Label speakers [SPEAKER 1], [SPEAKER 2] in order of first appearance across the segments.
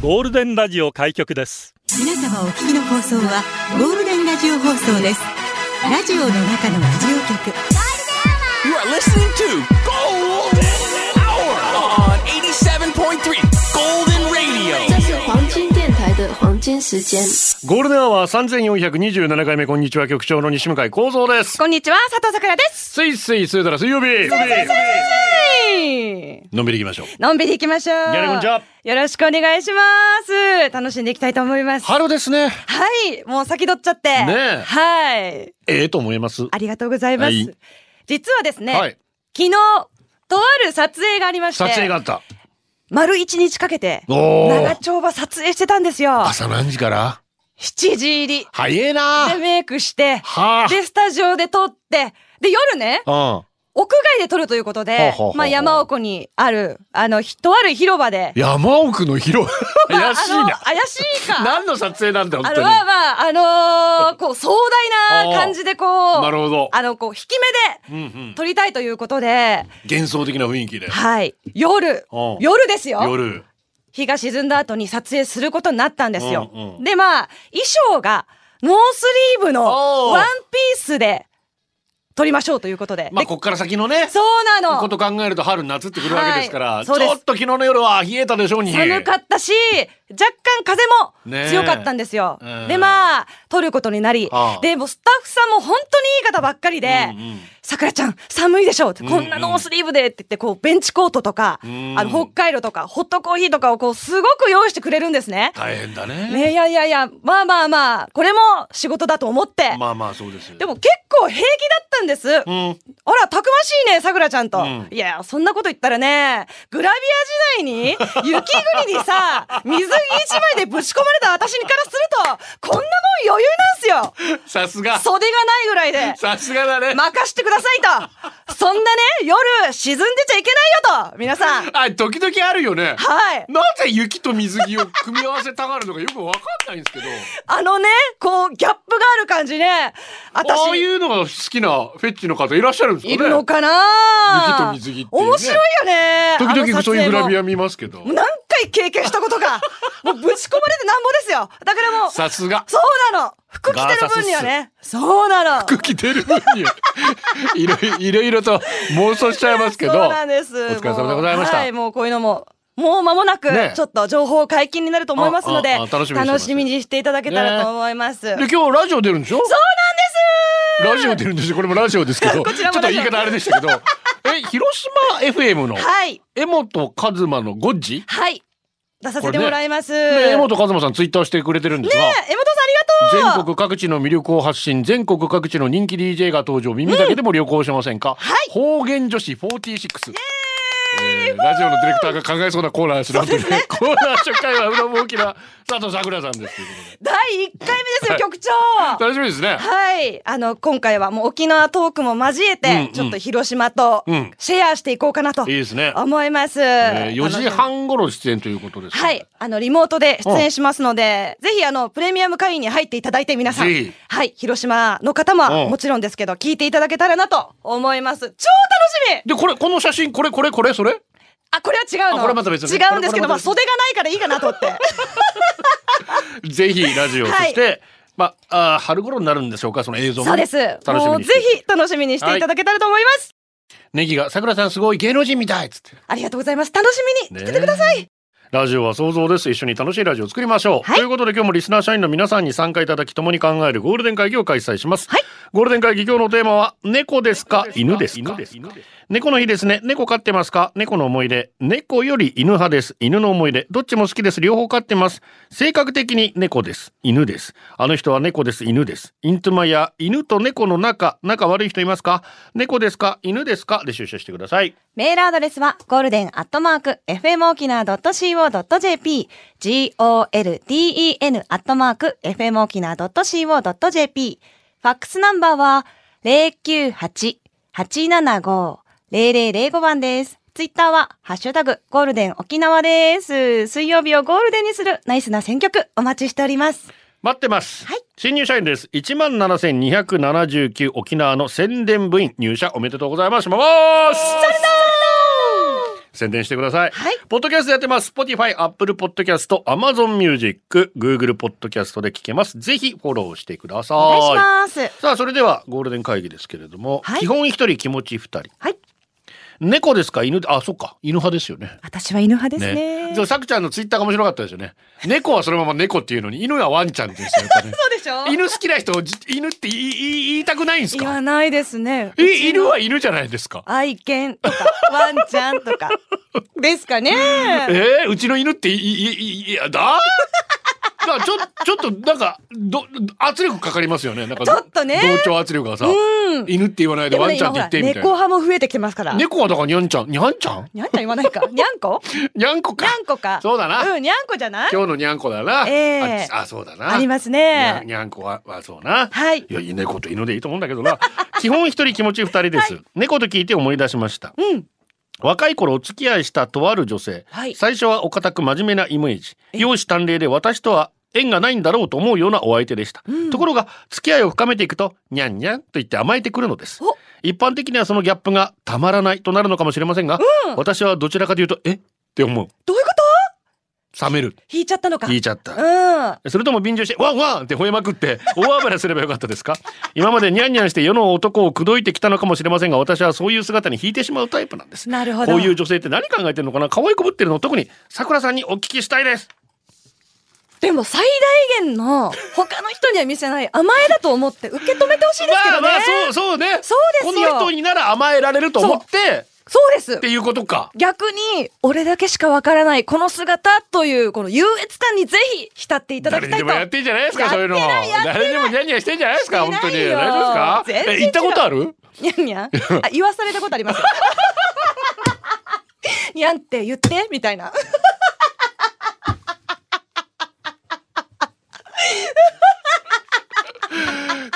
[SPEAKER 1] ゴールデンラジオ開局です
[SPEAKER 2] 皆様お聞きの放送はゴールデンラジオ放送ですラジオの中のラジオ局
[SPEAKER 3] You are listening to Golden Hour on 87.3 Golden Radio.
[SPEAKER 4] 这是黄金电台的黄金时间。
[SPEAKER 5] ゴールデンアワー3427回目、こんにちは、局長の西向井幸三です。
[SPEAKER 6] こんにちは、佐藤さくらです。
[SPEAKER 5] スイスイ、スーダラ水曜日。
[SPEAKER 6] はい
[SPEAKER 5] のんびり行きましょう。
[SPEAKER 6] のんびり行きましょう。
[SPEAKER 5] やれこんにちは
[SPEAKER 6] よろしくお願いします。楽しんでいきたいと思います。
[SPEAKER 5] 春ですね。
[SPEAKER 6] はい、もう先取っちゃって。
[SPEAKER 5] ねえ
[SPEAKER 6] はい。
[SPEAKER 5] ええと思います。
[SPEAKER 6] ありがとうございます。
[SPEAKER 5] はい
[SPEAKER 6] 実はですね、
[SPEAKER 5] はい
[SPEAKER 6] 昨日、とある撮影がありまして、
[SPEAKER 5] 撮影があった。
[SPEAKER 6] 丸一日かけて、
[SPEAKER 5] お
[SPEAKER 6] 長
[SPEAKER 5] ー。
[SPEAKER 6] 丁場撮影してたんですよ。
[SPEAKER 5] 朝何時から
[SPEAKER 6] 7時入り。
[SPEAKER 5] 早えな
[SPEAKER 6] で、メイクして、
[SPEAKER 5] は
[SPEAKER 6] で、スタジオで撮って、で、夜ね、
[SPEAKER 5] あ。
[SPEAKER 6] 屋外で撮るということ
[SPEAKER 5] ほう
[SPEAKER 6] で
[SPEAKER 5] ほうほうほ、う
[SPEAKER 6] まあ山奥にある、あの、ひとある広場で
[SPEAKER 5] うん。、山奥の広い。
[SPEAKER 6] ま あ
[SPEAKER 5] 怪しい
[SPEAKER 6] あの
[SPEAKER 5] な。
[SPEAKER 6] 怪しいか。
[SPEAKER 5] 何の撮影なんだよ、
[SPEAKER 6] あ
[SPEAKER 5] 本当
[SPEAKER 6] の、
[SPEAKER 5] に。
[SPEAKER 6] まあまあ、あのーこう、壮大な感じでこう、
[SPEAKER 5] なるほど。
[SPEAKER 6] あの、こう、引き
[SPEAKER 5] うんう
[SPEAKER 6] 目
[SPEAKER 5] ん
[SPEAKER 6] で撮りたいということで、
[SPEAKER 5] 幻想的な雰囲気で。
[SPEAKER 6] はい。夜
[SPEAKER 5] うん、
[SPEAKER 6] 夜ですよ。
[SPEAKER 5] 夜。
[SPEAKER 6] 日が沈んだ後に撮影することになったんですよ。
[SPEAKER 5] うんうん
[SPEAKER 6] で、まあ、衣装が、ノースリーブの
[SPEAKER 5] おー
[SPEAKER 6] ワンピースで撮りましょうということで。
[SPEAKER 5] まあ、
[SPEAKER 6] で
[SPEAKER 5] こっから先のね、
[SPEAKER 6] そうなの。
[SPEAKER 5] こと考えると春夏ってくるわけですか
[SPEAKER 6] は
[SPEAKER 5] ら、
[SPEAKER 6] い
[SPEAKER 5] ち
[SPEAKER 6] そ
[SPEAKER 5] ょ
[SPEAKER 6] う
[SPEAKER 5] っ
[SPEAKER 6] です
[SPEAKER 5] と昨日の夜は冷えたでしょうに。
[SPEAKER 6] 寒かったし、若干風
[SPEAKER 5] ねえ
[SPEAKER 6] も強かったんですよ。
[SPEAKER 5] うん
[SPEAKER 6] で、まあ、撮ることになり、
[SPEAKER 5] ああ
[SPEAKER 6] で、もうスタッフさんも本当にいい方ばっかりで
[SPEAKER 5] うんうん、
[SPEAKER 6] さくらちゃん、寒いでしょうって、
[SPEAKER 5] うんうん
[SPEAKER 6] こんなノースリーブでって言って、こう、ベンチコートとか、
[SPEAKER 5] ん
[SPEAKER 6] あの、北海道とか、ホットコーヒーとかをこう、すごく用意してくれるんですね。
[SPEAKER 5] 大変だね。
[SPEAKER 6] ね、いやいやいや、まあまあまあ、これも仕事だと思って、
[SPEAKER 5] まあまあそうです。
[SPEAKER 6] でも結構平気だったんです。あ
[SPEAKER 5] ん
[SPEAKER 6] ら、たくましいね、さくらちゃんと。
[SPEAKER 5] うん
[SPEAKER 6] いや、そんなこと言ったらね、グラビア時代 に、雪国にさ、水着一枚でぶち込まれた私にからすると、こんなもん余裕なんすよ
[SPEAKER 5] さすが。
[SPEAKER 6] 袖がないぐらい で。
[SPEAKER 5] さすがだね。
[SPEAKER 6] 任してくださいとそんなね、夜、沈んでちゃいけないよと皆さん。
[SPEAKER 5] あ、時々あるよね。
[SPEAKER 6] はい。
[SPEAKER 5] なぜ雪と水着を組み合わせたがるのかよくわかんないんですけど、
[SPEAKER 6] あのね、こう、ギャップがある感じね。私。
[SPEAKER 5] ああいうのが好きなフェッチの方いらっしゃるんですかね。
[SPEAKER 6] いるのかな
[SPEAKER 5] 雪と水着っていうね
[SPEAKER 6] 面白いよね
[SPEAKER 5] 時々そういうグラビ
[SPEAKER 6] ア
[SPEAKER 5] ア見ますけど。
[SPEAKER 6] 何回経験したこと かもうぶち込まれてなんぼですよだからもう
[SPEAKER 5] さすが。
[SPEAKER 6] そうなの服着てる分にはねそうなの
[SPEAKER 5] 服着てる分には いろいろいろいろと妄想しちゃいますけど。
[SPEAKER 6] そうなんですお
[SPEAKER 5] 疲れ様でございました
[SPEAKER 6] はいもうこういうのももう間もなく
[SPEAKER 5] ね
[SPEAKER 6] ちょっと情報解禁になると思いますので、
[SPEAKER 5] あああ楽しみにしてます
[SPEAKER 6] にしていただけたらと思います、
[SPEAKER 5] で今日ラジオ出るんでしょ
[SPEAKER 6] そうなん
[SPEAKER 5] ラ
[SPEAKER 6] です
[SPEAKER 5] ジオ出るんでしょこれもラジオですけど
[SPEAKER 6] こちら
[SPEAKER 5] ちょ
[SPEAKER 6] も
[SPEAKER 5] っと
[SPEAKER 6] ラジオ
[SPEAKER 5] 言い方あれでしたけどえ広島 FM の
[SPEAKER 6] はい
[SPEAKER 5] 江本和馬のゴッジ
[SPEAKER 6] はい出させてもらいます、
[SPEAKER 5] ね、江
[SPEAKER 6] 江本
[SPEAKER 5] 本和馬さんツイッターしてくれてるんですが、
[SPEAKER 6] さんありがと
[SPEAKER 5] 全
[SPEAKER 6] う
[SPEAKER 5] 国各地の魅力を発信全国各地の人気 DJ が登場耳だけでも旅行しませんか、
[SPEAKER 6] はい
[SPEAKER 5] 方言女子46えーラジオのディレクターが考えそうなコーナーですね。本当にコーナー初回はうどん大きな佐藤さくらさんですということで。
[SPEAKER 6] 第1回目ですよ局 長
[SPEAKER 5] 楽しみですね。
[SPEAKER 6] はい。あの、今回はもう沖縄トークも交えて、
[SPEAKER 5] うんうん
[SPEAKER 6] ちょっと広島と
[SPEAKER 5] うん
[SPEAKER 6] シェアしていこうかなと
[SPEAKER 5] いいですね。
[SPEAKER 6] 思います。
[SPEAKER 5] えー、4時半頃出演ということです、
[SPEAKER 6] はい。。あの、リモートで出演しますので、ぜひ、あの、プレミアム会員に入っていただいて、皆さ
[SPEAKER 5] ぜひ
[SPEAKER 6] ん。はい。広島の方
[SPEAKER 5] うん
[SPEAKER 6] も、もちろんですけど、聞いていただけたらなと思います。超楽しみ
[SPEAKER 5] で、これ、この写真、これ、これ、これ、それ
[SPEAKER 6] あ、これは違う
[SPEAKER 5] あ
[SPEAKER 6] の。
[SPEAKER 5] これまた別に
[SPEAKER 6] 違うん
[SPEAKER 5] こ
[SPEAKER 6] ですけ
[SPEAKER 5] れこれまた別に
[SPEAKER 6] ど、まあ、袖がないからいいかなと 思って。
[SPEAKER 5] ぜひラジオ、
[SPEAKER 6] は
[SPEAKER 5] そし
[SPEAKER 6] い
[SPEAKER 5] て、まあ、あー春頃になるんでしょうか、その映像も
[SPEAKER 6] そう
[SPEAKER 5] ね、
[SPEAKER 6] です。
[SPEAKER 5] 楽し
[SPEAKER 6] も
[SPEAKER 5] みに
[SPEAKER 6] うぜ
[SPEAKER 5] して
[SPEAKER 6] ひ、楽しみにしていただけたらと思います。
[SPEAKER 5] ネギが、桜さんすごい芸能人みたいっつって。
[SPEAKER 6] ありがとうございます。楽しみにしててください。
[SPEAKER 5] ラジオは想像です。一緒に楽しいラジオを作りましょう。
[SPEAKER 6] はい
[SPEAKER 5] ということで今日もリスナー社員の皆さんに参加いただき共に考えるゴールデン会議を開催します。
[SPEAKER 6] はい
[SPEAKER 5] ゴールデン会議今日のテーマは猫ですか犬ですか猫の日ですね。猫飼ってますか猫の思い出。猫より犬派です。犬の思い出。どっちも好きです。両方飼ってます。性格的に猫です。犬です。あの人は猫です。犬です。イントゥマや犬と猫の仲、仲悪い人いますか猫ですか犬ですかで出社してください。
[SPEAKER 6] メールアドレスは、ゴールデンアットマーク、fmokina.co.jp、golden アットマーク、fmokina.co.jp。ファックスナンバーは、098-875-0005番です。ツイッターは、ハッシュタグ、ゴールデン沖縄です。水曜日をゴールデンにするナイスな選曲、お待ちしております。
[SPEAKER 5] 待ってます。
[SPEAKER 6] はい
[SPEAKER 5] 新入社員です。一万七千二百七十九沖縄の宣伝部員入社おめでとうございます。します。宣伝してください。
[SPEAKER 6] はい
[SPEAKER 5] ポッドキャストやってます。Spotify、Apple Podcast、Amazon Music、Google Podcast で聞けます。ぜひフォローしてください。
[SPEAKER 6] お願いします。
[SPEAKER 5] さあ、それではゴールデン会議ですけれども、
[SPEAKER 6] はい
[SPEAKER 5] 基本一人気持ち二人。
[SPEAKER 6] はい。
[SPEAKER 5] 猫ですか犬であ、そっか。犬派ですよね。
[SPEAKER 6] 私は犬派ですね。
[SPEAKER 5] じゃあ、さくちゃんのツイッターが面白かったですよね。猫はそのまま猫っていうのに、犬はワンちゃんって言うんですよね
[SPEAKER 6] そうでしょ
[SPEAKER 5] 犬好きな人、じ犬って言い言い言いたくないんです
[SPEAKER 6] 言わ
[SPEAKER 5] か
[SPEAKER 6] ないですね。う
[SPEAKER 5] え、
[SPEAKER 6] ち
[SPEAKER 5] 犬
[SPEAKER 6] の
[SPEAKER 5] は犬じゃないですか。
[SPEAKER 6] 愛犬とか、ワンちゃんと か、ですかね。
[SPEAKER 5] えー、うちの犬ってい、い、い、い、いや、だだからちょ、ちょっと、なんか、ど、圧力かかりますよね。なんか、
[SPEAKER 6] ちょっとね
[SPEAKER 5] 同調圧力がさ、
[SPEAKER 6] うん。
[SPEAKER 5] 犬って言わないで
[SPEAKER 6] でも
[SPEAKER 5] ワ
[SPEAKER 6] ね、
[SPEAKER 5] ンちゃ
[SPEAKER 6] 今
[SPEAKER 5] んっ
[SPEAKER 6] ほ
[SPEAKER 5] て言
[SPEAKER 6] ら、
[SPEAKER 5] って、みたい
[SPEAKER 6] 猫
[SPEAKER 5] な。
[SPEAKER 6] 派も増えてきてますから。にゃん
[SPEAKER 5] 猫はだからにゃんちゃん、にゃんちゃん
[SPEAKER 6] ちゃん言わないか。にゃ んこ
[SPEAKER 5] にゃんこか。
[SPEAKER 6] にゃんこか。
[SPEAKER 5] そうだな。
[SPEAKER 6] うん、にゃんこじゃない
[SPEAKER 5] 今日のにゃんこだな。
[SPEAKER 6] ええ
[SPEAKER 5] ああ、そうだな。
[SPEAKER 6] あります
[SPEAKER 5] にゃん
[SPEAKER 6] ね。
[SPEAKER 5] にゃんこは、はそうな。
[SPEAKER 6] はい
[SPEAKER 5] い。や、いい猫と犬でいいと思うんだけどな。 基本一人気持ち二人です、猫と聞いて思い出しました。
[SPEAKER 6] うん。
[SPEAKER 5] 若い頃お付き合いしたとある女性。
[SPEAKER 6] はい
[SPEAKER 5] 最初はお堅く真面目なイメージ。容姿端麗で私とは縁がないんだろうと思うようなお相手でした。ところが、付き合いを深めていくと、にゃんにゃんと言って甘えてくるのです
[SPEAKER 6] お。
[SPEAKER 5] 一般的にはそのギャップがたまらないとなるのかもしれませんが、私はどちらかというと、えって思う。
[SPEAKER 6] どういうこ
[SPEAKER 5] 冷める。
[SPEAKER 6] と引いちゃったのか。
[SPEAKER 5] 聞いちゃった。
[SPEAKER 6] うん。
[SPEAKER 5] それとも便乗して、ワンワンって吠えまくって、大暴れすればよかったですか今までニャンニャンして世の男を口説いてきたのかもしれませんが、私はそういう姿に引いてしまうタイプなんです。
[SPEAKER 6] なるほど。
[SPEAKER 5] こういう女性って何考えてるのかな可愛くぶってるの特に、桜さんにお聞きしたいです。
[SPEAKER 6] でも最大限の他の人には見せない甘えだと思って受け止めてほしいですけ
[SPEAKER 5] まあ
[SPEAKER 6] どね。
[SPEAKER 5] まあ、そう、そうね。
[SPEAKER 6] そうですよ
[SPEAKER 5] この人になら甘えられると思って、
[SPEAKER 6] そうです
[SPEAKER 5] って。いうことか。
[SPEAKER 6] 逆に、俺だけしかわからないこの姿という、この優越感にぜひ浸っていただ
[SPEAKER 5] 誰に
[SPEAKER 6] きたい
[SPEAKER 5] で
[SPEAKER 6] と。
[SPEAKER 5] もやってんじゃないですか、そういうの。
[SPEAKER 6] やってないやってない
[SPEAKER 5] 誰にでもニャンニャンしてんじゃないですか、
[SPEAKER 6] して
[SPEAKER 5] 本
[SPEAKER 6] ない
[SPEAKER 5] 当に。大
[SPEAKER 6] よ
[SPEAKER 5] 丈夫ですか
[SPEAKER 6] 全然
[SPEAKER 5] え、行ったことある
[SPEAKER 6] にゃんにゃんあ、言わされたことあり ます。にゃんって言って、みたいな。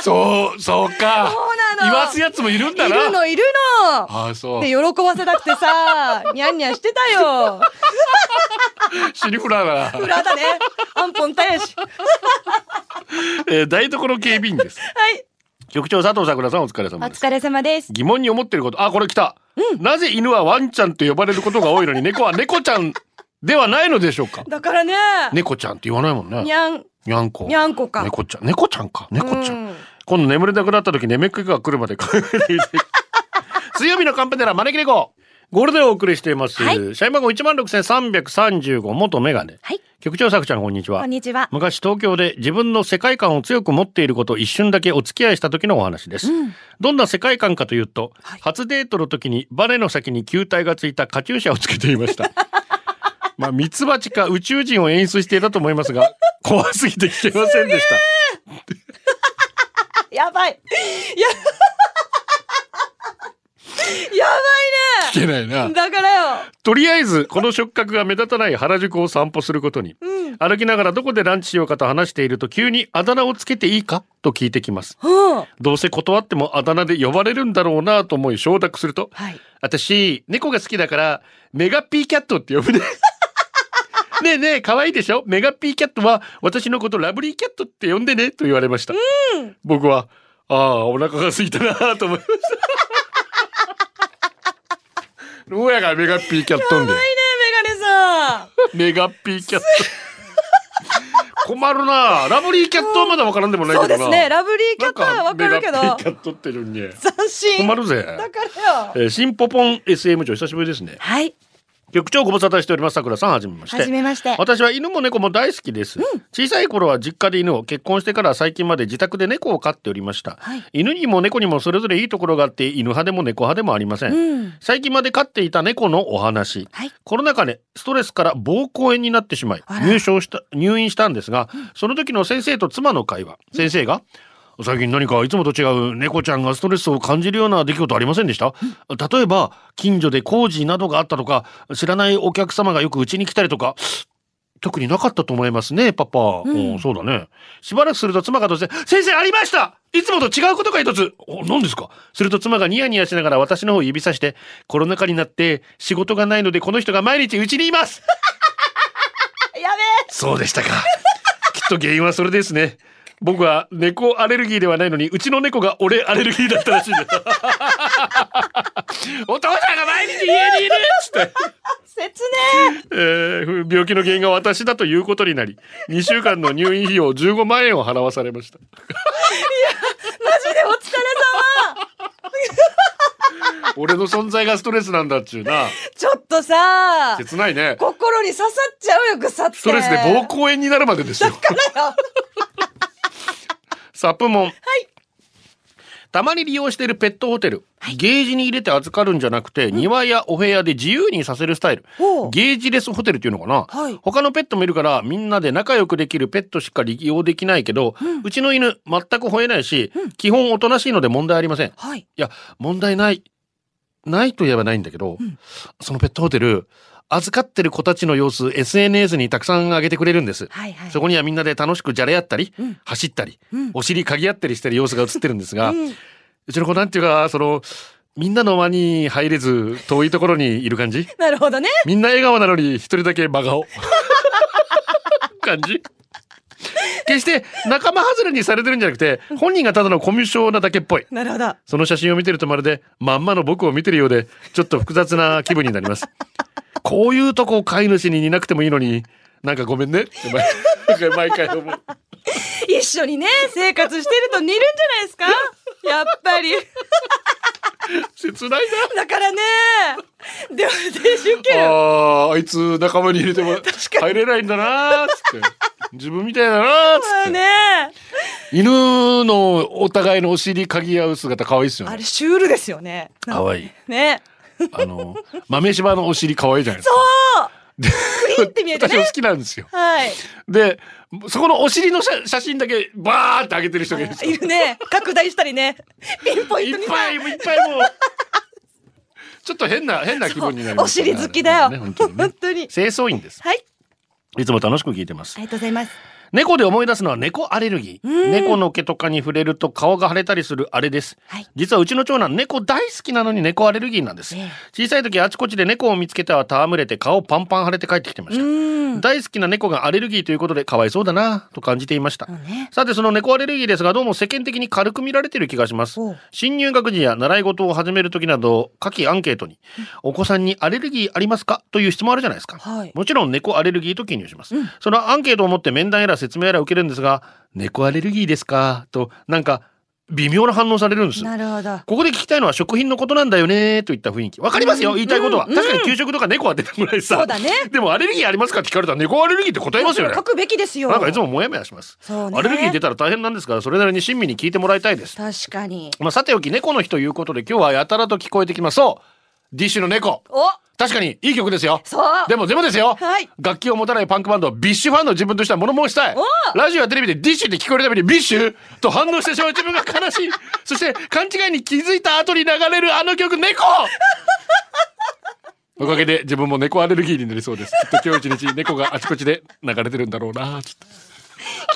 [SPEAKER 5] そう、そうか。
[SPEAKER 6] そうなの
[SPEAKER 5] 言わすやつもいるん
[SPEAKER 6] い
[SPEAKER 5] だな。
[SPEAKER 6] るの、いるの
[SPEAKER 5] ああ、そう。
[SPEAKER 6] で、喜ばせたくてさ、にゃんにゃんしてたよ。
[SPEAKER 5] シリフラーだな。
[SPEAKER 6] 裏だね。あんぽんたやし。は
[SPEAKER 5] えー、台所警備員です。
[SPEAKER 6] い。
[SPEAKER 5] 局長佐藤桜さんお疲れ
[SPEAKER 6] お
[SPEAKER 5] 様です。
[SPEAKER 6] 疲れ様です。
[SPEAKER 5] 疑問に思ってること、あ、これ来た。なぜ犬はワンちゃんと呼ばれることが多いのに、猫は 猫ちゃんではないのでしょうか。
[SPEAKER 6] だからね、
[SPEAKER 5] 猫ちゃんって言わないもんね
[SPEAKER 6] に。ゃん、
[SPEAKER 5] にゃんこ。
[SPEAKER 6] にゃんこか。
[SPEAKER 5] 猫ちゃん、猫ちゃんか。猫ちゃ
[SPEAKER 6] うん
[SPEAKER 5] ん。今度眠れなくなった時、眠気が来るまで考えていて。水曜日のカンペネラ、招き猫。ゴールデンをお送りしています。
[SPEAKER 6] はい
[SPEAKER 5] 社員番号16,335元メガネ。
[SPEAKER 6] はい。
[SPEAKER 5] 局長作ちゃん、こんにちは。
[SPEAKER 6] こんにちは。
[SPEAKER 5] 昔東京で自分の世界観を強く持っていることを一瞬だけお付き合いした時のお話です、どんな世界観かというと、初デートの時にバネの先に球体がついたカチューシャをつけていました まあミツバチか宇宙人を演出していたと思いますが 怖すぎて聞けませんでした
[SPEAKER 6] やばい。や、 や
[SPEAKER 5] 聞けない
[SPEAKER 6] ば。
[SPEAKER 5] ない
[SPEAKER 6] だからよ。
[SPEAKER 5] とりあえずこの触覚が目立たない原宿を散歩することに、歩きながらどこでランチしようかと話していると急にあだ名をつけていいかと聞いてきます
[SPEAKER 6] うん。
[SPEAKER 5] どうせ断ってもあだ名で呼ばれるんだろうなと思い承諾すると、
[SPEAKER 6] はい。
[SPEAKER 5] 私、猫が好きだから、メガピーキャットって呼 ぶね。ねえねえ、可愛いでしょメガピーキャットは私のことラブリーキャットって呼んでねと言われました。僕は、ああ、お腹が空いたなあと思いました。どうやがメガピーキャットんで。
[SPEAKER 6] メガネさん。
[SPEAKER 5] メガピーキャット。困るなあラブリーキャットはまだわからんでもない
[SPEAKER 6] そう
[SPEAKER 5] けどな。
[SPEAKER 6] ですね。ラブリーキャットはわかるけど
[SPEAKER 5] なん。メガピーキャットってるんに。
[SPEAKER 6] 斬新。
[SPEAKER 5] 困るぜ。
[SPEAKER 6] だからよ。
[SPEAKER 5] えー、新ポポン SM 長久しぶりですね。
[SPEAKER 6] はい。
[SPEAKER 5] 局長ご無沙汰しております。桜さん、はじめまして。
[SPEAKER 6] はじめまして
[SPEAKER 5] 私は犬も猫も大好きです。小さい頃は実家で犬を、結婚してから最近まで自宅で猫を飼っておりました。
[SPEAKER 6] はい
[SPEAKER 5] 犬にも猫にもそれぞれいいところがあって、犬派でも猫派でもありません。
[SPEAKER 6] うん
[SPEAKER 5] 最近まで飼っていた猫のお話。
[SPEAKER 6] はい
[SPEAKER 5] コロナ禍でストレスから膀胱炎になってしまい、
[SPEAKER 6] あら
[SPEAKER 5] 入賞した、入院したんですが、その時の先生と妻の会話。先生が、最近何かいつもと違う猫ちゃんがストレスを感じるような出来事ありませんでした、例えば近所で工事などがあったとか知らないお客様がよくうちに来たりとか特になかったと思いますねパパ、うん、そうだねしばらくすると妻が突然「先生ありましたいつもと違うことが一つお何ですか?」すると妻がニヤニヤしながら私の方を指さして「コロナ禍になって仕事がないのでこの人が毎日うちにいます」
[SPEAKER 6] やべえ。
[SPEAKER 5] そうでしたか。きっと原因はそれですね。僕は猫アレルギーではないのに、うちの猫が俺アレルギーだったらしいです。お父さんが毎日家にいるっつって、
[SPEAKER 6] 切ね
[SPEAKER 5] えー病気の原因が私だということになり、2週間の入院費用15万円を払わされました。
[SPEAKER 6] マジでお疲れ様
[SPEAKER 5] 俺の存在がストレスなんだっちゅうな。
[SPEAKER 6] ちょっとさ
[SPEAKER 5] 切ないね。
[SPEAKER 6] 心に刺さっちゃうよぐさって
[SPEAKER 5] ストレスで膀胱炎になるまでですよ。
[SPEAKER 6] からよ
[SPEAKER 5] サップモン。たまに利用しているペットホテル、ゲージに入れて預かるんじゃなくて、庭やお部屋で自由にさせるスタイル
[SPEAKER 6] ほう
[SPEAKER 5] ゲージレスホテルっていうのかな、
[SPEAKER 6] はい
[SPEAKER 5] 他のペットもいるからみんなで仲良くできるペットしか利用できないけど、うちの犬全く吠えないし、基本おとなしいので問題ありませんい
[SPEAKER 6] はい
[SPEAKER 5] や問題ないないと言えばないんだけど、そのペットホテル預かってる子たちの様子 SNS にたくさん上げてくれるんです、
[SPEAKER 6] はいはい
[SPEAKER 5] そこにはみんなで楽しくじゃれ合ったり、
[SPEAKER 6] うん
[SPEAKER 5] 走ったり、
[SPEAKER 6] うん
[SPEAKER 5] お尻かぎ合ったりしてる様子が映ってるんですが、う
[SPEAKER 6] うん
[SPEAKER 5] ちの子なんていうか、その、みんなの輪に入れず、遠いところにいる感じ
[SPEAKER 6] なるほどね
[SPEAKER 5] みんな笑顔なのに一人だけ真 顔。感じ決して仲間外れにされてるんじゃなくて、本人がただのコミュ障なだけっぽい。
[SPEAKER 6] なるほど
[SPEAKER 5] その写真を見てるとまるでまんまの僕を見てるようでちょっと複雑な気分になります。こういうとこ飼い主に似なくてもいいのになんかごめんねって毎毎回思う。
[SPEAKER 6] 一緒にね生活してると似るんじゃないですかやっぱり
[SPEAKER 5] 切ない
[SPEAKER 6] だからねでもでしゅけ
[SPEAKER 5] な。
[SPEAKER 6] る
[SPEAKER 5] あーあいつ仲間に入れても入れないんだなーっつって。自分みたいだなーっつって。
[SPEAKER 6] ね
[SPEAKER 5] 犬のお互いのお尻かぎ合う姿可愛いですよ
[SPEAKER 6] あ
[SPEAKER 5] ね
[SPEAKER 6] れ。シュールですよね
[SPEAKER 5] 可愛い。
[SPEAKER 6] ね
[SPEAKER 5] あの豆柴のお尻可愛いじゃないです
[SPEAKER 6] そ
[SPEAKER 5] か。
[SPEAKER 6] うクリンって見えてね
[SPEAKER 5] 私も好きなんですよ。
[SPEAKER 6] はい
[SPEAKER 5] で、そこのお尻の写写真だけバーって上げてる人がいるんですよ
[SPEAKER 6] いるね拡大したりねピンポイント
[SPEAKER 5] い
[SPEAKER 6] に
[SPEAKER 5] っ
[SPEAKER 6] さ
[SPEAKER 5] ぱいいっぱいもう。ちょっと変な変な気分になり
[SPEAKER 6] お
[SPEAKER 5] ますね、
[SPEAKER 6] 尻好きだよ、
[SPEAKER 5] ね本
[SPEAKER 6] 本
[SPEAKER 5] 当
[SPEAKER 6] 当
[SPEAKER 5] に
[SPEAKER 6] に,、
[SPEAKER 5] ね
[SPEAKER 6] に
[SPEAKER 5] 清掃員です。
[SPEAKER 6] はい
[SPEAKER 5] いつも楽しく聞いてます
[SPEAKER 6] あ。りがとうございます
[SPEAKER 5] 猫で思い出すのは猫アレルギー。
[SPEAKER 6] ん
[SPEAKER 5] 猫の毛とかに触れると顔が腫れたりするあれです。
[SPEAKER 6] はい
[SPEAKER 5] 実はうちの長男猫大好きなのに猫アレルギーなんです。
[SPEAKER 6] ええ
[SPEAKER 5] 小さい時あちこちで猫を見つけては戯れて顔パンパン腫れて帰ってきてました。
[SPEAKER 6] うん
[SPEAKER 5] 大好きな猫がアレルギーということでかわいそうだなと感じていました、
[SPEAKER 6] そうね
[SPEAKER 5] さてその猫アレルギーですがどうも世間的に軽く見られている気がします
[SPEAKER 6] おう
[SPEAKER 5] 新入学時や習い事を始める時など下記アンケートにお子さんにアレルギーありますかという質問あるじゃないですか、
[SPEAKER 6] はい
[SPEAKER 5] もちろん猫アレルギーと記入します、そのアンケートを持って面談やら説明やら受けるんですが猫アレルギーですかとなんか微妙な反応されるんです
[SPEAKER 6] なるほど
[SPEAKER 5] ここで聞きたいのは食品のことなんだよねといった雰囲気わかりますよ言いたいことは、確かに給食とか猫は出てこないしさ
[SPEAKER 6] そうだね
[SPEAKER 5] でもアレルギーありますかって聞かれたら猫アレルギーって答えますよね
[SPEAKER 6] 書くべきですよ
[SPEAKER 5] なんかいつもモヤモヤします、
[SPEAKER 6] そうね
[SPEAKER 5] アレルギー出たら大変なんですからそれなりに親身に聞いてもらいたいです
[SPEAKER 6] 確かに
[SPEAKER 5] まあさておき猫の日ということで今日はやたらと聞こえてきますそうディッシュの猫
[SPEAKER 6] お
[SPEAKER 5] 確かにいい曲ですよ
[SPEAKER 6] そう
[SPEAKER 5] でもでもですよ、
[SPEAKER 6] はい
[SPEAKER 5] 楽器を持たないパンクバンドビッシュファンの自分としては物申したい
[SPEAKER 6] お
[SPEAKER 5] ラジオやテレビでディッシュって聞こえるたびにビッシュと反応してしまう自分が悲 しいそして勘違いに気づいた後に流れるあの曲 猫おかげで自分も猫アレルギーになりそうですきっと今日一日猫があちこちで流れてるんだろうなつって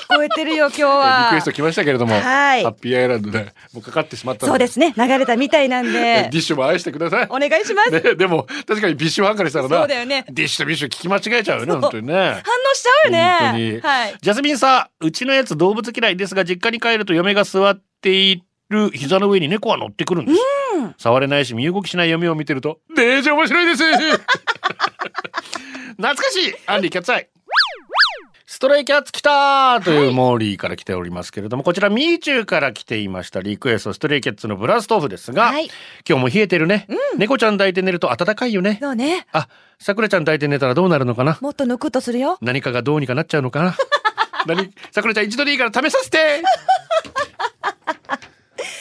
[SPEAKER 6] 聞こえてるよ今日
[SPEAKER 5] リ
[SPEAKER 6] は
[SPEAKER 5] クエスト来ましたけれども、
[SPEAKER 6] はい
[SPEAKER 5] ハッピーアイランドでもうかかってしまったの
[SPEAKER 6] そうですね流れたみたいなん
[SPEAKER 5] デ
[SPEAKER 6] で
[SPEAKER 5] ィッシュも愛してください
[SPEAKER 6] お願いします、
[SPEAKER 5] ね、でも確かにビッシュファンからしたらな
[SPEAKER 6] そうだよね
[SPEAKER 5] ディッシュとビッシュ聞き間違えちゃうよね
[SPEAKER 6] そう
[SPEAKER 5] 本当にね
[SPEAKER 6] 反応しちゃうよね
[SPEAKER 5] 本当に、
[SPEAKER 6] はい
[SPEAKER 5] ジャスミンさんうちのやつ動物嫌いですが実家に帰ると嫁が座っている膝の上に猫は乗ってくるんです、触れないし身動きしない嫁を見てるとデージ面白いです 懐かしいアンディキャッツアイストレイキャッツ来たーというモーリーから来ておりますけれども、こちらミーチューから来ていましたリクエストストレイキャッツのブラストオフですが、
[SPEAKER 6] はい
[SPEAKER 5] 今日も冷えてるね、猫ちゃん抱いて寝ると暖かいよね
[SPEAKER 6] そうね
[SPEAKER 5] あ、さくらちゃん抱いて寝たらどうなるのかな
[SPEAKER 6] もっとぬくっとするよ
[SPEAKER 5] 何かがどうにかなっちゃうのかな 何さくらちゃん一度でいいから試させて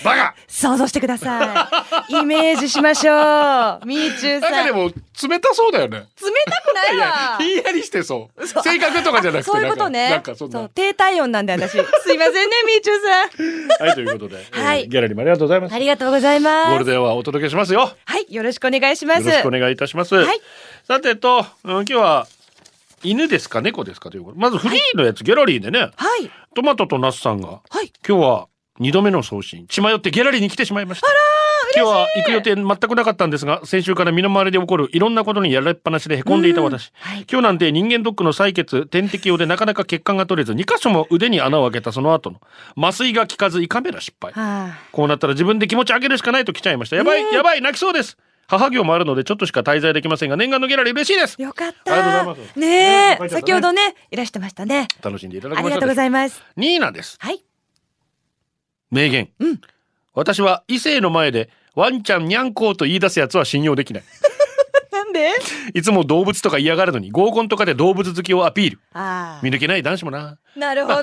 [SPEAKER 5] バカ
[SPEAKER 6] 想像してくださいイメージしましょうみーちゅー
[SPEAKER 5] なん
[SPEAKER 6] さ
[SPEAKER 5] か
[SPEAKER 6] ん
[SPEAKER 5] でも冷たそうだよね
[SPEAKER 6] 冷たくない
[SPEAKER 5] いや
[SPEAKER 6] わ
[SPEAKER 5] ひんやりしてそう
[SPEAKER 6] 嘘
[SPEAKER 5] 性格とかじゃなくて
[SPEAKER 6] そういうことね
[SPEAKER 5] なんかなんかそんな
[SPEAKER 6] そう低体温なんで私すいませんねみーちゅー
[SPEAKER 5] はいということで、
[SPEAKER 6] はい
[SPEAKER 5] えーギャラリーもありがとうございます
[SPEAKER 6] さんありがとうござい
[SPEAKER 5] ゴー
[SPEAKER 6] ま
[SPEAKER 5] ル
[SPEAKER 6] す
[SPEAKER 5] デンはお届けしますよ
[SPEAKER 6] はいよろしくお願いしま
[SPEAKER 5] よ
[SPEAKER 6] す
[SPEAKER 5] ろしくお願いいたします、
[SPEAKER 6] はい
[SPEAKER 5] さてと、うん今日は犬ですか猫ですかということまずフリーのやつ、ギャラリーでね
[SPEAKER 6] はい
[SPEAKER 5] トマトとナスさんが
[SPEAKER 6] はい
[SPEAKER 5] 今日は二度目の送信。血迷ってギャラリーに来てしまいました。今日は行く予定全くなかったんですが、先週から身の回りで起こるいろんなことにやられっぱなしで凹んでいた私。今日なんて人間ドックの採血、点滴用でなかなか血管が取れず、2箇所も腕に穴を開けたその後の、麻酔が効かず胃カメラ失敗。
[SPEAKER 6] あ
[SPEAKER 5] こうなったら自分で気持ち上げるしかないと来ちゃいました。やばい、やばい、泣きそうです。母業もあるのでちょっとしか滞在できませんが、念願のギャラリー嬉しいです
[SPEAKER 6] あ。よかっ
[SPEAKER 5] ありがとう
[SPEAKER 6] た
[SPEAKER 5] ございま。す
[SPEAKER 6] ねえ
[SPEAKER 5] ね書いてあったね
[SPEAKER 6] 先ほどね、いらしてましたね。
[SPEAKER 5] 楽しんでいただき
[SPEAKER 6] あ
[SPEAKER 5] ましたでしょうか
[SPEAKER 6] りがとうございます。
[SPEAKER 5] ニーナです。
[SPEAKER 6] はい。
[SPEAKER 5] 名言。
[SPEAKER 6] うん
[SPEAKER 5] 私は異性の前でワンちゃんにゃんこうと言い出すやつは信用できない。
[SPEAKER 6] なんで
[SPEAKER 5] いつも動物とか嫌がるのに合コンとかで動物好きをアピール。
[SPEAKER 6] あ
[SPEAKER 5] 見抜けない男子もな。
[SPEAKER 6] あ。なるほど。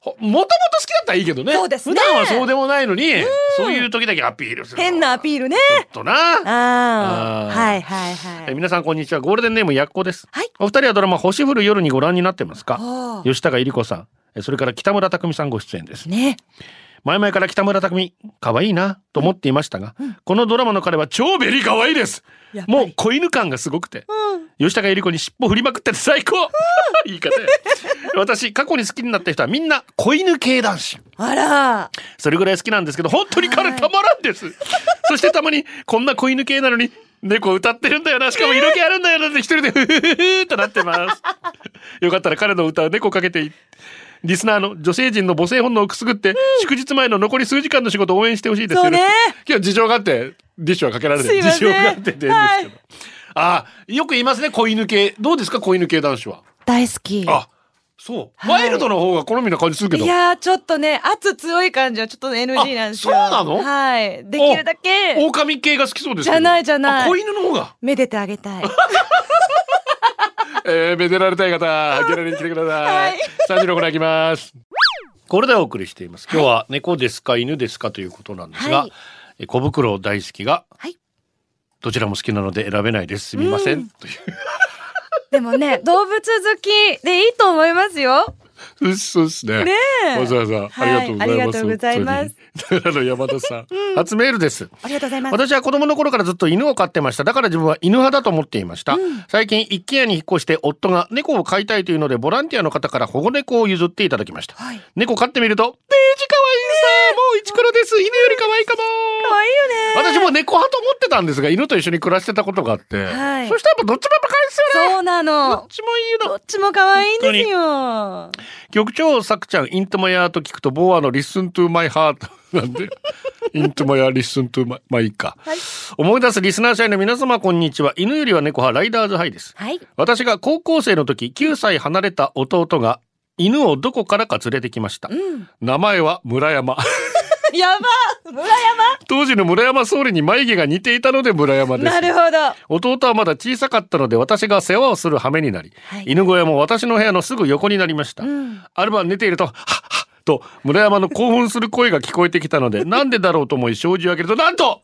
[SPEAKER 5] ほもともと好きだったらいいけどね。
[SPEAKER 6] そうですね
[SPEAKER 5] 普段はそうでもないのに、そういう時だけアピールする。
[SPEAKER 6] 変なア
[SPEAKER 5] ール。
[SPEAKER 6] ピールね。
[SPEAKER 5] ちょっとな。
[SPEAKER 6] あ
[SPEAKER 5] あ
[SPEAKER 6] あ。
[SPEAKER 5] ー
[SPEAKER 6] はいはいは
[SPEAKER 5] え
[SPEAKER 6] い。
[SPEAKER 5] 皆さんこんにちは。ゴールデンネームやっこです。
[SPEAKER 6] はい
[SPEAKER 5] お二人はドラマ星降る夜にご覧になってますか
[SPEAKER 6] あー
[SPEAKER 5] 吉高由里子さん。えそれから北村匠海さんご出演です。
[SPEAKER 6] ね。
[SPEAKER 5] 前々から北村匠海、可愛いなと思っていましたが、このドラマの彼は超ベリー可愛いです。
[SPEAKER 6] やっぱり
[SPEAKER 5] もう子犬感がすごくて、吉高由里子に尻尾振りまくってて最高言い方や私、過去に好きになった人はみんな子犬系男子。
[SPEAKER 6] あら。
[SPEAKER 5] それぐらい好きなんですけど、本当に彼たまらんです。そしてたまに、こんな子犬系なのに、猫歌ってるんだよな、しかも色気あるんだよなって一人で、ふふふふとなってます。よかったら彼の歌を猫かけていリスナーの女性陣の母性本能をくすぐって、祝日前の残り数時間の仕事を応援してほしいです
[SPEAKER 6] そうね
[SPEAKER 5] よろしく今日事情があって、ディッシュはかけられな
[SPEAKER 6] す
[SPEAKER 5] い。
[SPEAKER 6] いま
[SPEAKER 5] 事
[SPEAKER 6] せん
[SPEAKER 5] 情があって出るんですけど。
[SPEAKER 6] はい
[SPEAKER 5] ああ、よく言いますね、子犬系。どうですか、子犬系男子は。
[SPEAKER 6] 大好き。
[SPEAKER 5] あ、そう。
[SPEAKER 6] はい
[SPEAKER 5] ワイルドの方が好みな感じするけど。
[SPEAKER 6] いやー、ちょっとね、圧強い感じはちょっとね NG なんですよ。
[SPEAKER 5] あそうなの
[SPEAKER 6] はい。できるだけ、
[SPEAKER 5] 狼系が好きそうですけど
[SPEAKER 6] じゃないじゃない
[SPEAKER 5] あ子犬の方 が。
[SPEAKER 6] めでてあげたい。
[SPEAKER 5] えー、めでられたい方、ギャラリーに来てくだ さい。三時のコーナー行きます。これでお送りしています。今日は猫ですか、犬ですかということなんですが、
[SPEAKER 6] はい
[SPEAKER 5] え小袋大好きが、
[SPEAKER 6] はい
[SPEAKER 5] どちらも好きなので選べないです。すみません。とい
[SPEAKER 6] でもね、動物好きでいいと思いますよ。
[SPEAKER 5] う。うっそうですね。
[SPEAKER 6] ねえ
[SPEAKER 5] わざわざ、
[SPEAKER 6] はい
[SPEAKER 5] ありがとうござい
[SPEAKER 6] あ
[SPEAKER 5] ま
[SPEAKER 6] り
[SPEAKER 5] す。本当にあの山田さ ん、初メールです。
[SPEAKER 6] ありがとうございます。
[SPEAKER 5] 私は子供の頃からずっと犬を飼ってました。だから自分は犬派だと思っていました。最近一軒家に引っ越して夫が猫を飼いたいというのでボランティアの方から保護猫を譲っていただきました。
[SPEAKER 6] はい
[SPEAKER 5] 猫飼ってみると、デージ可愛いさ、もう一からです。犬より可愛いかも。
[SPEAKER 6] 可愛いよね。
[SPEAKER 5] 私も猫派と思ってたんですが、犬と一緒に暮らしてたことがあって、
[SPEAKER 6] はい
[SPEAKER 5] そしたらやっぱどっちもやっぱ可愛いですよね。
[SPEAKER 6] そう
[SPEAKER 5] ど
[SPEAKER 6] なの
[SPEAKER 5] っ。ちもいい
[SPEAKER 6] ど
[SPEAKER 5] の
[SPEAKER 6] っちも可愛いんですよ。
[SPEAKER 5] 局長さくちゃんイントマヤーと聞くとボーアのリッスントゥーマイハート なんでイントマヤーリッスントゥーマイまあいいか、思い出すリスナー社員の皆様こんにちは犬よりは猫派ライダーズハイです
[SPEAKER 6] はい。
[SPEAKER 5] 私が高校生の時9歳離れた弟が犬をどこからか連れてきました、
[SPEAKER 6] うん。
[SPEAKER 5] 名前は村山
[SPEAKER 6] やば村山
[SPEAKER 5] 当時の村山総理に眉毛が似ていたので村山です
[SPEAKER 6] なるほど。
[SPEAKER 5] 弟はまだ小さかったので私が世話をする羽目になり、
[SPEAKER 6] はい
[SPEAKER 5] 犬小屋も私の部屋のすぐ横になりました、
[SPEAKER 6] うん。
[SPEAKER 5] ある晩寝ていると、はっはっと村山の興奮する声が聞こえてきたの で、なんでだろうと思い障子を開けると、なんと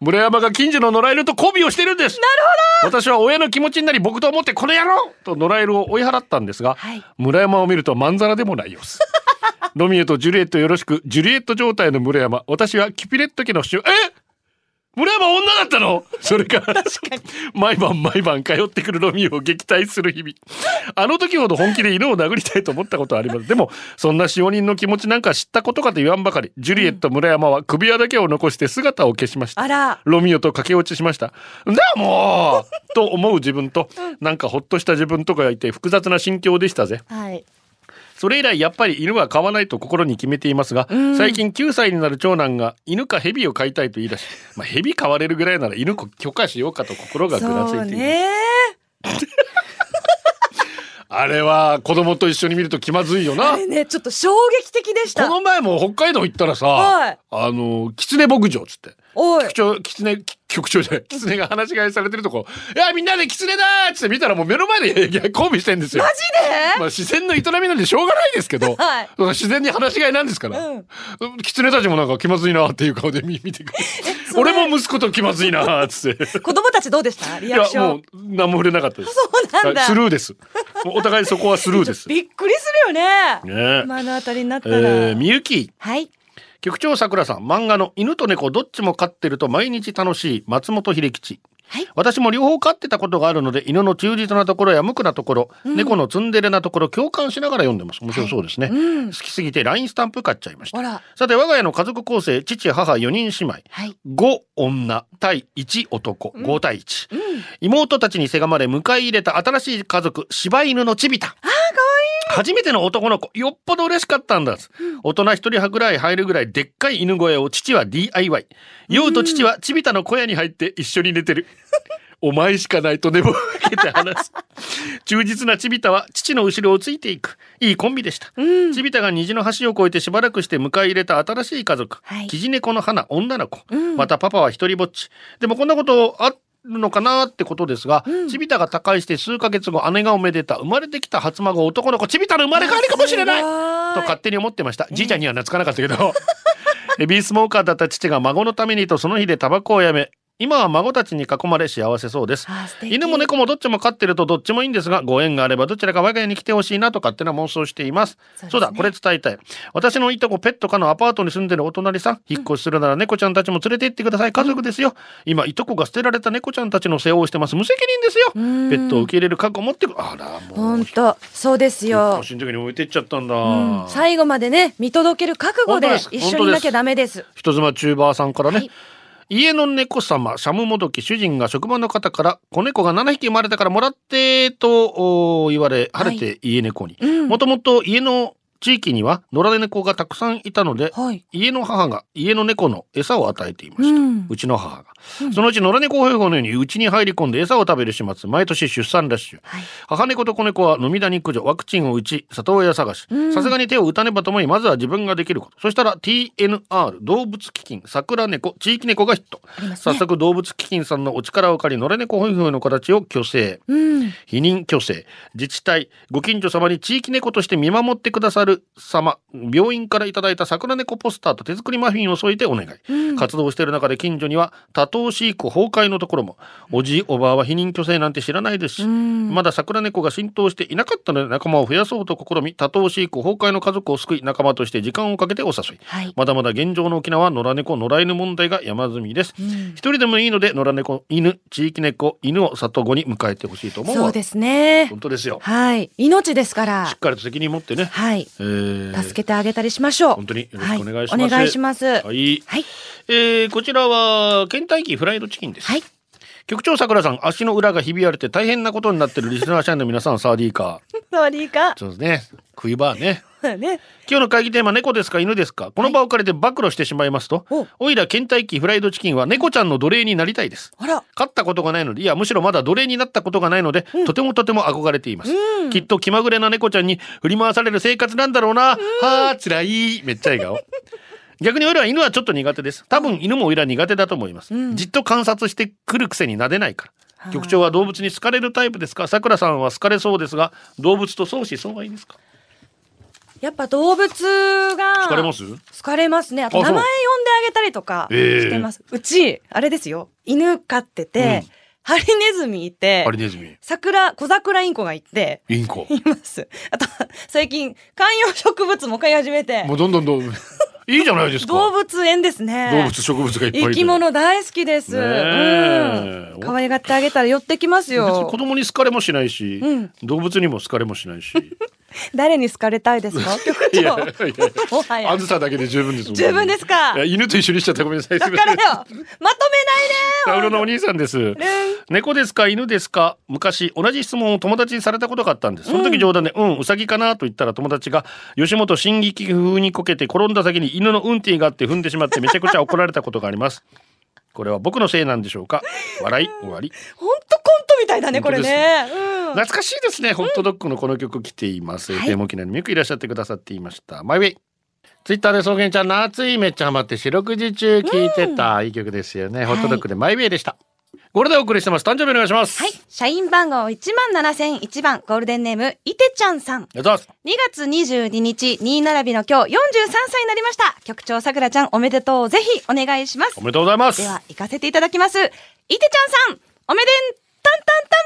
[SPEAKER 5] 村山が近所の野良犬と交尾をしているんですなるほど私は親の気持ちになり僕と思ってこの野郎と野良犬を追い払ったんですが、
[SPEAKER 6] はい
[SPEAKER 5] 村山を見るとまんざらでもない様 子。ロミエとジュリエットよろしく、ジュリエット状態の村山。私はキュピレット家の主え村山女だったのそれから、毎晩毎晩通ってくるロミオを撃退する日々。あの時ほど本気で犬を殴りたいと思ったことはあります。でも、そんな使用人の気持ちなんか知ったことかと言わんばかり、ジュリエット村山は首輪だけを残して姿を消しました。
[SPEAKER 6] あら。
[SPEAKER 5] ロミオと駆け落ちしました。だもうと思う自分と、なんかほっとした自分とかがいて複雑な心境でしたぜ。
[SPEAKER 6] はい。
[SPEAKER 5] それ以来やっぱり犬は飼わないと心に決めていますが、最近9歳になる長男が犬か蛇を飼いたいと言い出し、まあ、蛇飼われるぐらいなら犬子許可しようかと心がぐらついてい
[SPEAKER 6] そう
[SPEAKER 5] ます。
[SPEAKER 6] ね。
[SPEAKER 5] あれは子供と一緒に見ると気まずいよ
[SPEAKER 6] あ
[SPEAKER 5] な。
[SPEAKER 6] れね、ちょっと衝撃的でし
[SPEAKER 5] こ
[SPEAKER 6] た。
[SPEAKER 5] の前も北海道行ったらさ、
[SPEAKER 6] はい
[SPEAKER 5] あの、狐牧場っつって。
[SPEAKER 6] おい
[SPEAKER 5] 局。長、狐、き局長じゃない、狐が話し飼いされてるとこ、いや、みんなで狐だーっつって見たらもう目の前で、 いや、交尾してんですよ。
[SPEAKER 6] マジ で
[SPEAKER 5] まあ、自然の営みなんでしょうがないですけど、
[SPEAKER 6] はい
[SPEAKER 5] その自然に話し飼いなんですから、
[SPEAKER 6] うん
[SPEAKER 5] 狐たちもなんか気まずいなっていう顔で見見て くる
[SPEAKER 6] それ
[SPEAKER 5] 俺も息子と気まずいなっつって
[SPEAKER 6] 子供たちどうでした リ
[SPEAKER 5] い
[SPEAKER 6] ア
[SPEAKER 5] や
[SPEAKER 6] クショ
[SPEAKER 5] もう
[SPEAKER 6] ン。
[SPEAKER 5] 何も触れなかったです
[SPEAKER 6] そうなんだ。
[SPEAKER 5] はいスルー ですもうお互いそこはスルーですね
[SPEAKER 6] びっくりするよね。
[SPEAKER 5] え
[SPEAKER 6] 目の当たりになったら。
[SPEAKER 5] えーみゆき
[SPEAKER 6] はい。
[SPEAKER 5] 局長さくらさん漫画の「犬と猫どっちも飼ってると毎日楽しい」松本秀吉
[SPEAKER 6] はい
[SPEAKER 5] 私も両方飼ってたことがあるので犬の忠実なところや無垢なところ、猫のツンデレなところ共感しながら読んでます面白そうですね、
[SPEAKER 6] うん
[SPEAKER 5] 好きすぎて LINE スタンプ買っちゃいました
[SPEAKER 6] あら
[SPEAKER 5] さて我が家の家族構成父母4人姉妹
[SPEAKER 6] はい
[SPEAKER 5] 5女対1男5対1、妹たちにせがまれ迎え入れた新しい家族柴犬のチビタあ初めての男の子よっぽど嬉しかったんです、大人一人ぐらい入るぐらいでっかい犬小屋を父は DIY 酔うと父はチビタの小屋に入って一緒に寝てる お前しかないと寝ぼけて話す忠実なチビタは父の後ろをついていくいいコンビでした、チビタが虹の橋を越えてしばらくして迎え入れた新しい家族、
[SPEAKER 6] はい
[SPEAKER 5] キジ猫の花女の子、またパパは一人ぼっちでもこんなことあるのかなってことですが、チビタが他界して数ヶ月後姉がおめでた生まれてきた初孫男の子チビタの生まれ変わりかもしれない
[SPEAKER 6] すごい
[SPEAKER 5] と勝手に思ってましたじいちゃんには懐かなかったけど ヘビースモーカーだった父が孫のためにとその日でタバコをやめ今は孫たちに囲まれ幸せそうです
[SPEAKER 6] あ素敵
[SPEAKER 5] 犬も猫もどっちも飼ってるとどっちもいいんですがご縁があればどちらか我が家に来てほしいなと勝手な妄想していますそう,、
[SPEAKER 6] そうです
[SPEAKER 5] だ
[SPEAKER 6] ね
[SPEAKER 5] これ伝えたい私のいとこペット科のアパートに住んでるお隣さん引っ越しするなら猫ちゃんたちも連れて行ってください家族ですよ今いとこが捨てられた猫ちゃんたちの世話をしてます無責任ですよペ
[SPEAKER 6] ん
[SPEAKER 5] ットを受け入れる覚悟を持ってくあらもう
[SPEAKER 6] 本当そうです
[SPEAKER 5] 引っ
[SPEAKER 6] よ
[SPEAKER 5] 越、しの時に置いてっちゃったんだ、
[SPEAKER 6] うん、最後までね見届ける覚悟で
[SPEAKER 5] 本当です
[SPEAKER 6] 一緒にいなきゃダメです
[SPEAKER 5] 人妻チューバーさんからね、
[SPEAKER 6] はい
[SPEAKER 5] 家の猫様シャムもどき主人が職場の方から子猫が7匹生まれたからもらってとお言われ晴れて家猫に
[SPEAKER 6] うん
[SPEAKER 5] もともと家の地域には野良猫がたくさんいたので
[SPEAKER 6] はい
[SPEAKER 5] 家の母が家の猫の餌を与えていました、
[SPEAKER 6] う
[SPEAKER 5] うんちの母が、そのうち野良猫保護のようにうちに入り込んで餌を食べる始末毎年出産ラッシュ、
[SPEAKER 6] はい
[SPEAKER 5] 母猫と子猫は飲みだに駆除ワクチンを打ち里親探し
[SPEAKER 6] ん
[SPEAKER 5] さすがに手を打たねばともにまずは自分ができることそしたら TNR 動物基金桜猫地域猫がヒット、
[SPEAKER 6] りますね
[SPEAKER 5] 早速動物基金さんのお力を借り野良猫保育の形を虚勢
[SPEAKER 6] うん
[SPEAKER 5] 否認虚勢自治体ご近所様に地域猫として見守ってくださる様病院からいただいた桜猫ポスターと手作りマフィンを添えてお願い、活動している中で近所には多頭飼育崩壊のところもおじいおばあは否認虚勢なんて知らないですし、まだ桜猫が浸透していなかったので仲間を増やそうと試み多頭飼育崩壊の家族を救い仲間として時間をかけてお誘い、
[SPEAKER 6] はい
[SPEAKER 5] まだまだ現状の沖縄は野良猫野良犬問題が山積みです、一人でもいいので野良猫犬地域猫犬を里子に迎えてほしいと思うわ
[SPEAKER 6] そうですね
[SPEAKER 5] 本当ですよ。
[SPEAKER 6] はい命です
[SPEAKER 5] し
[SPEAKER 6] か
[SPEAKER 5] っ
[SPEAKER 6] ら
[SPEAKER 5] かりと責任持ってね。
[SPEAKER 6] はい
[SPEAKER 5] えー
[SPEAKER 6] 助けてあげたりしましょう
[SPEAKER 5] 本当によろしくお願いします
[SPEAKER 6] はお願いしますは、
[SPEAKER 5] はいい。えーこちらは、ケンタッキーフライドチキンです。
[SPEAKER 6] はい
[SPEAKER 5] 局長さくらさん、足の裏がひび割れて大変なことになってるリスナー社員の皆さん、サーディーカー。
[SPEAKER 6] ノリーか
[SPEAKER 5] そうですね。食いバーね。
[SPEAKER 6] ね
[SPEAKER 5] 今日の会議テーマ、猫ですか犬ですかこの場を借りて暴露してしまいますと、
[SPEAKER 6] お
[SPEAKER 5] おいらケンタッキーフライドチキンは猫ちゃんの奴隷になりたいです。
[SPEAKER 6] あら
[SPEAKER 5] 勝ったことがないのでいやむしろまだ奴隷になったことがないので、とてもとても憧れています、きっと気まぐれな猫ちゃんに振り回される生活なんだろうな、はあつらいめっちゃ笑顔逆に俺は犬はちょっと苦手です多分犬も俺ら苦手だと思います、じっと観察してくるくせに撫でないから局長は動物に好かれるタイプですかさくらさんは好かれそうですが動物と相思相愛ですか
[SPEAKER 6] やっぱ動物が
[SPEAKER 5] 好かれます
[SPEAKER 6] 好かれますね。あと
[SPEAKER 5] あそ
[SPEAKER 6] 名
[SPEAKER 5] う
[SPEAKER 6] 前呼んであげたりとか
[SPEAKER 5] ええ
[SPEAKER 6] してます。うち、あれですよ。犬飼ってて、
[SPEAKER 5] うん
[SPEAKER 6] ハリネズミいて
[SPEAKER 5] ハ、リネズミ
[SPEAKER 6] 桜、小桜インコがいて、
[SPEAKER 5] インコ
[SPEAKER 6] います。あと、最近、観葉植物も飼い始めて
[SPEAKER 5] も、うどんどんどんいいじゃないですか
[SPEAKER 6] 動物園ですね。
[SPEAKER 5] 動物植物がいっぱいいて
[SPEAKER 6] 生き物大好きです。
[SPEAKER 5] ねえ
[SPEAKER 6] うん。可愛がってあげたら寄ってきます
[SPEAKER 5] 別に
[SPEAKER 6] よ
[SPEAKER 5] 子。供に好かれもしないし、
[SPEAKER 6] うん
[SPEAKER 5] 動物にも好かれもし ないし
[SPEAKER 6] 誰に好かれたいです か局
[SPEAKER 5] いや
[SPEAKER 6] 長
[SPEAKER 5] いやい。
[SPEAKER 6] もは
[SPEAKER 5] やあ
[SPEAKER 6] や。
[SPEAKER 5] ずさだけで十分ですもん
[SPEAKER 6] 十分ですか
[SPEAKER 5] いや犬と一緒にしちゃったごめんなさい
[SPEAKER 6] だからよ。まとめない
[SPEAKER 5] ラウ
[SPEAKER 6] で
[SPEAKER 5] ロのお兄さんです
[SPEAKER 6] ルン
[SPEAKER 5] 猫ですか犬ですか昔同じ質問を友達にされたことがあったんですその時冗談で「うん、うさぎかな?」と言ったら友達が吉本新喜劇風にこけて転んだ先に犬のうんていがあって踏んでしまってめちゃくちゃ怒られたことがありますこれは僕のせいなんでしょうか笑い終わり
[SPEAKER 6] ほんとコントみたいだね、こ
[SPEAKER 5] 本当で
[SPEAKER 6] れ
[SPEAKER 5] す
[SPEAKER 6] ね。うん。
[SPEAKER 5] 懐かしいですね。ホットドッグのこの曲来ています。
[SPEAKER 6] はい
[SPEAKER 5] テーマ沖縄にもよくいらっしゃってくださっていました。マイウェイ。ツイッターで草原ちゃん夏いめっちゃハマって四六時中聞いてた、いい曲ですよね。ホットドッグでマイウェイでした。これでお送りしてます。誕生日お願いします。
[SPEAKER 6] はい。社員番号17001番、ゴールデンネーム、いてちゃんさん。
[SPEAKER 5] ありがとうございます。
[SPEAKER 6] 2月22日、2並びの今日、43歳になりました。局長さくらちゃん、おめでとうをぜひお願いします
[SPEAKER 5] お。めでとうございます。
[SPEAKER 6] では、行かせていただきます。いてちゃんさん、おめでタンタンタ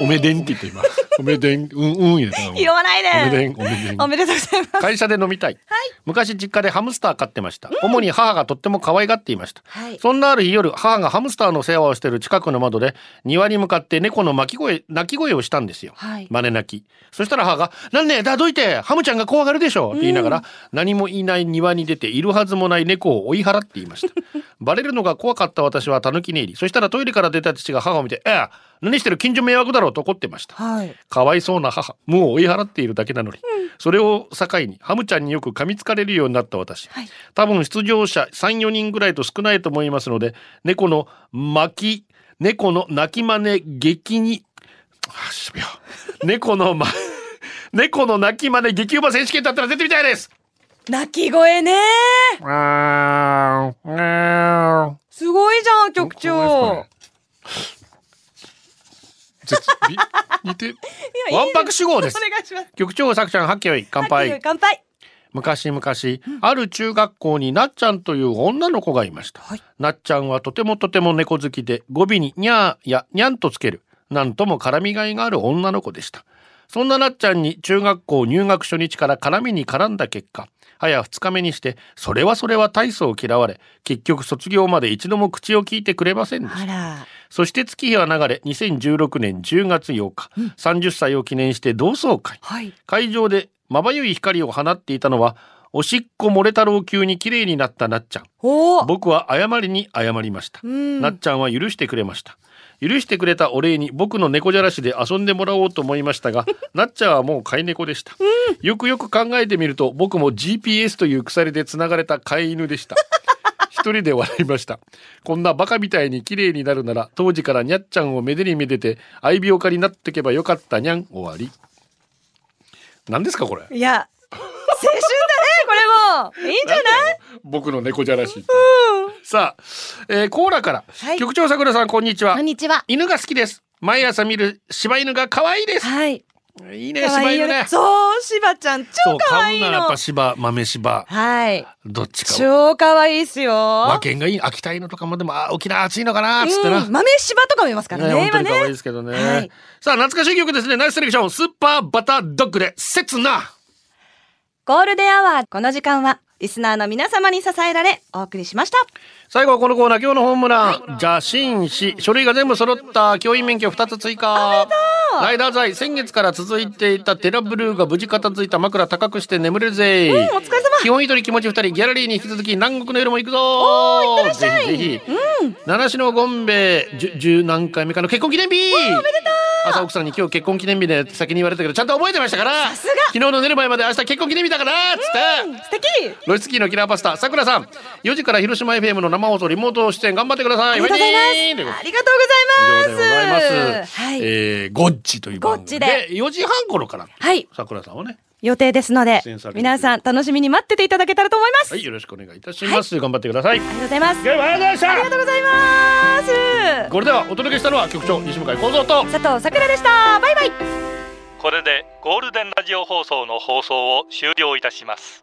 [SPEAKER 5] おめでんって言って今。 おめでん、うん、うん言うた
[SPEAKER 6] ンバ
[SPEAKER 5] の
[SPEAKER 6] リン言わない
[SPEAKER 5] おめで
[SPEAKER 6] で
[SPEAKER 5] ん、おめでん
[SPEAKER 6] お。めでとうございます
[SPEAKER 5] 会社で飲みたい。昔実家でハムスター飼ってました。主に母がとっても可愛がっていました。
[SPEAKER 6] はい
[SPEAKER 5] そんなある日夜、母がハムスターの世話をしている近くの窓で、庭に向かって猫の巻き声、鳴き声をしたんですよ。
[SPEAKER 6] はい
[SPEAKER 5] 真似泣き。そしたら母が、なんねえ、だどいて、ハムちゃんが怖がるでしょって言いながら、何もいない庭に出て、いるはずもない猫を追い払っていました。 バレるのが怖かった私は狸に入り、そしたらトイレから出た父が母を見て、ええ、何してる近所迷惑だろうと怒ってました。
[SPEAKER 6] はい
[SPEAKER 5] かわいそうな母もう追い払っているだけなのに、それを境にハムちゃんによく噛みつかれるようになった私、
[SPEAKER 6] はい
[SPEAKER 5] 多分出場者34人ぐらいと少ないと思いますので猫の巻き猫の鳴き真似激にあしびょ 猫の、ま、猫の鳴き真似激うま選手権だったら出てみたいです
[SPEAKER 6] 泣き声ねすごいじゃん局長
[SPEAKER 5] 絶び似て
[SPEAKER 6] いや
[SPEAKER 5] わんぱく主語です
[SPEAKER 6] お願いします
[SPEAKER 5] 局長さくちゃんはっけよい乾杯
[SPEAKER 6] 乾杯
[SPEAKER 5] 昔々、ある中学校になっちゃんという女の子がいました、
[SPEAKER 6] はい
[SPEAKER 5] なっちゃんはとてもとても猫好きで語尾ににゃーやにゃんとつけるなんとも絡みがいがある女の子でしたそんななっちゃんに中学校入学初日から絡みに絡んだ結果早2日目にしてそれはそれは大層嫌われ結局卒業まで一度も口を聞いてくれませんでした
[SPEAKER 6] あら
[SPEAKER 5] そして月日は流れ2016年10月8日、30歳を記念して同窓会
[SPEAKER 6] はい
[SPEAKER 5] 会場でまばゆい光を放っていたのはおしっこ漏れ太郎級に綺麗になったなっちゃん
[SPEAKER 6] おお
[SPEAKER 5] 僕は謝りに謝りました、
[SPEAKER 6] ん
[SPEAKER 5] なっちゃんは許してくれました許してくれたお礼に僕の猫じゃらしで遊んでもらおうと思いました がなっちゃんはもう飼い猫でした、よくよく考えてみると僕も GPS という鎖でつながれた飼い犬でした 一人で笑いましたこんなバカみたいに綺麗になるなら当時からにゃっちゃんをめでにめでて愛病家になってけばよかったにゃん終わり何ですかこれ
[SPEAKER 6] いや青春だねこれもいいんじゃない
[SPEAKER 5] 僕の猫じゃらし、さあ、えー、コーラから、
[SPEAKER 6] はい
[SPEAKER 5] 局長さくらさんこんにちは
[SPEAKER 6] こんにちは
[SPEAKER 5] 犬が好きです毎朝見る柴犬が可愛いです
[SPEAKER 6] はい
[SPEAKER 5] いいね
[SPEAKER 6] 可
[SPEAKER 5] 柴
[SPEAKER 6] 愛い
[SPEAKER 5] 犬
[SPEAKER 6] よ
[SPEAKER 5] ね
[SPEAKER 6] ね。そう、しばちゃん、
[SPEAKER 5] そう
[SPEAKER 6] 超可愛い
[SPEAKER 5] 買うならやっ
[SPEAKER 6] の
[SPEAKER 5] ぱ。柴豆柴
[SPEAKER 6] はい。
[SPEAKER 5] どっちか
[SPEAKER 6] 超可愛いっすよ。
[SPEAKER 5] 和犬がいい秋田犬とかもでもあ沖縄暑いのかなっつってな、
[SPEAKER 6] うん、豆しばとかもいますから
[SPEAKER 5] ね、
[SPEAKER 6] ね、
[SPEAKER 5] 本当
[SPEAKER 6] 今
[SPEAKER 5] に可愛い
[SPEAKER 6] ね
[SPEAKER 5] で。すけどね、
[SPEAKER 6] はい
[SPEAKER 5] さあ懐かしい曲ですねナイスセレクションスーパーバタードッグで刹那
[SPEAKER 6] ゴールデンアワー、この時間は、リスナーの皆様に支えられ、お送りしました。
[SPEAKER 5] 最後はこのコーナー今日のホームラン、邪神師書類が全部揃った教員免許2つ追加ライダー罪先月から続いていたテラブルーが無事片付いた枕高くして眠れるぜ、
[SPEAKER 6] お疲れ様
[SPEAKER 5] 基本一人気持ち二人ギャラリーに引き続き南国の夜も行くぞおーいってらっしゃいぜひぜひ、七種のゴンベイ十十何回目かの結婚記念日おめでとう朝奥さんに今日結婚記念日で先に言われたけどちゃんと覚えてましたからさ
[SPEAKER 6] すが
[SPEAKER 5] 昨日の寝る前まで明日結婚記念日だからっつって、
[SPEAKER 6] 素敵
[SPEAKER 5] ロイスキーのキラーパスタ、さくらさん、4時から広島 FM の生放送リモート出演頑張ってくださ
[SPEAKER 6] あ
[SPEAKER 5] い。
[SPEAKER 6] りがとうござい
[SPEAKER 5] ウェディーン
[SPEAKER 6] ま
[SPEAKER 5] と
[SPEAKER 6] す。あ
[SPEAKER 5] いう
[SPEAKER 6] りがと
[SPEAKER 5] ことで以上
[SPEAKER 6] う
[SPEAKER 5] で
[SPEAKER 6] ご
[SPEAKER 5] ござい
[SPEAKER 6] ざい
[SPEAKER 5] ま。
[SPEAKER 6] ますす。はい。
[SPEAKER 5] えー、ゴッチという番組
[SPEAKER 6] ゴッチで
[SPEAKER 5] 4時半頃から、
[SPEAKER 6] はい。
[SPEAKER 5] さくらさんはね、
[SPEAKER 6] 予定ですので
[SPEAKER 5] 出演され、る
[SPEAKER 6] 皆さん楽しみに待ってていただけたらと思います。
[SPEAKER 5] はい、よろしくお願いいたします。頑張ってください。
[SPEAKER 6] ありがとうございます。
[SPEAKER 5] ではありがとうござい
[SPEAKER 6] あ
[SPEAKER 5] まし
[SPEAKER 6] りが
[SPEAKER 5] た
[SPEAKER 6] とうございます。
[SPEAKER 5] これではお届けしたのは局長、西向井幸三と、
[SPEAKER 6] 佐藤さくらでした。バイバイ。
[SPEAKER 1] これでゴールデンラジオ放送の放送を終了いたします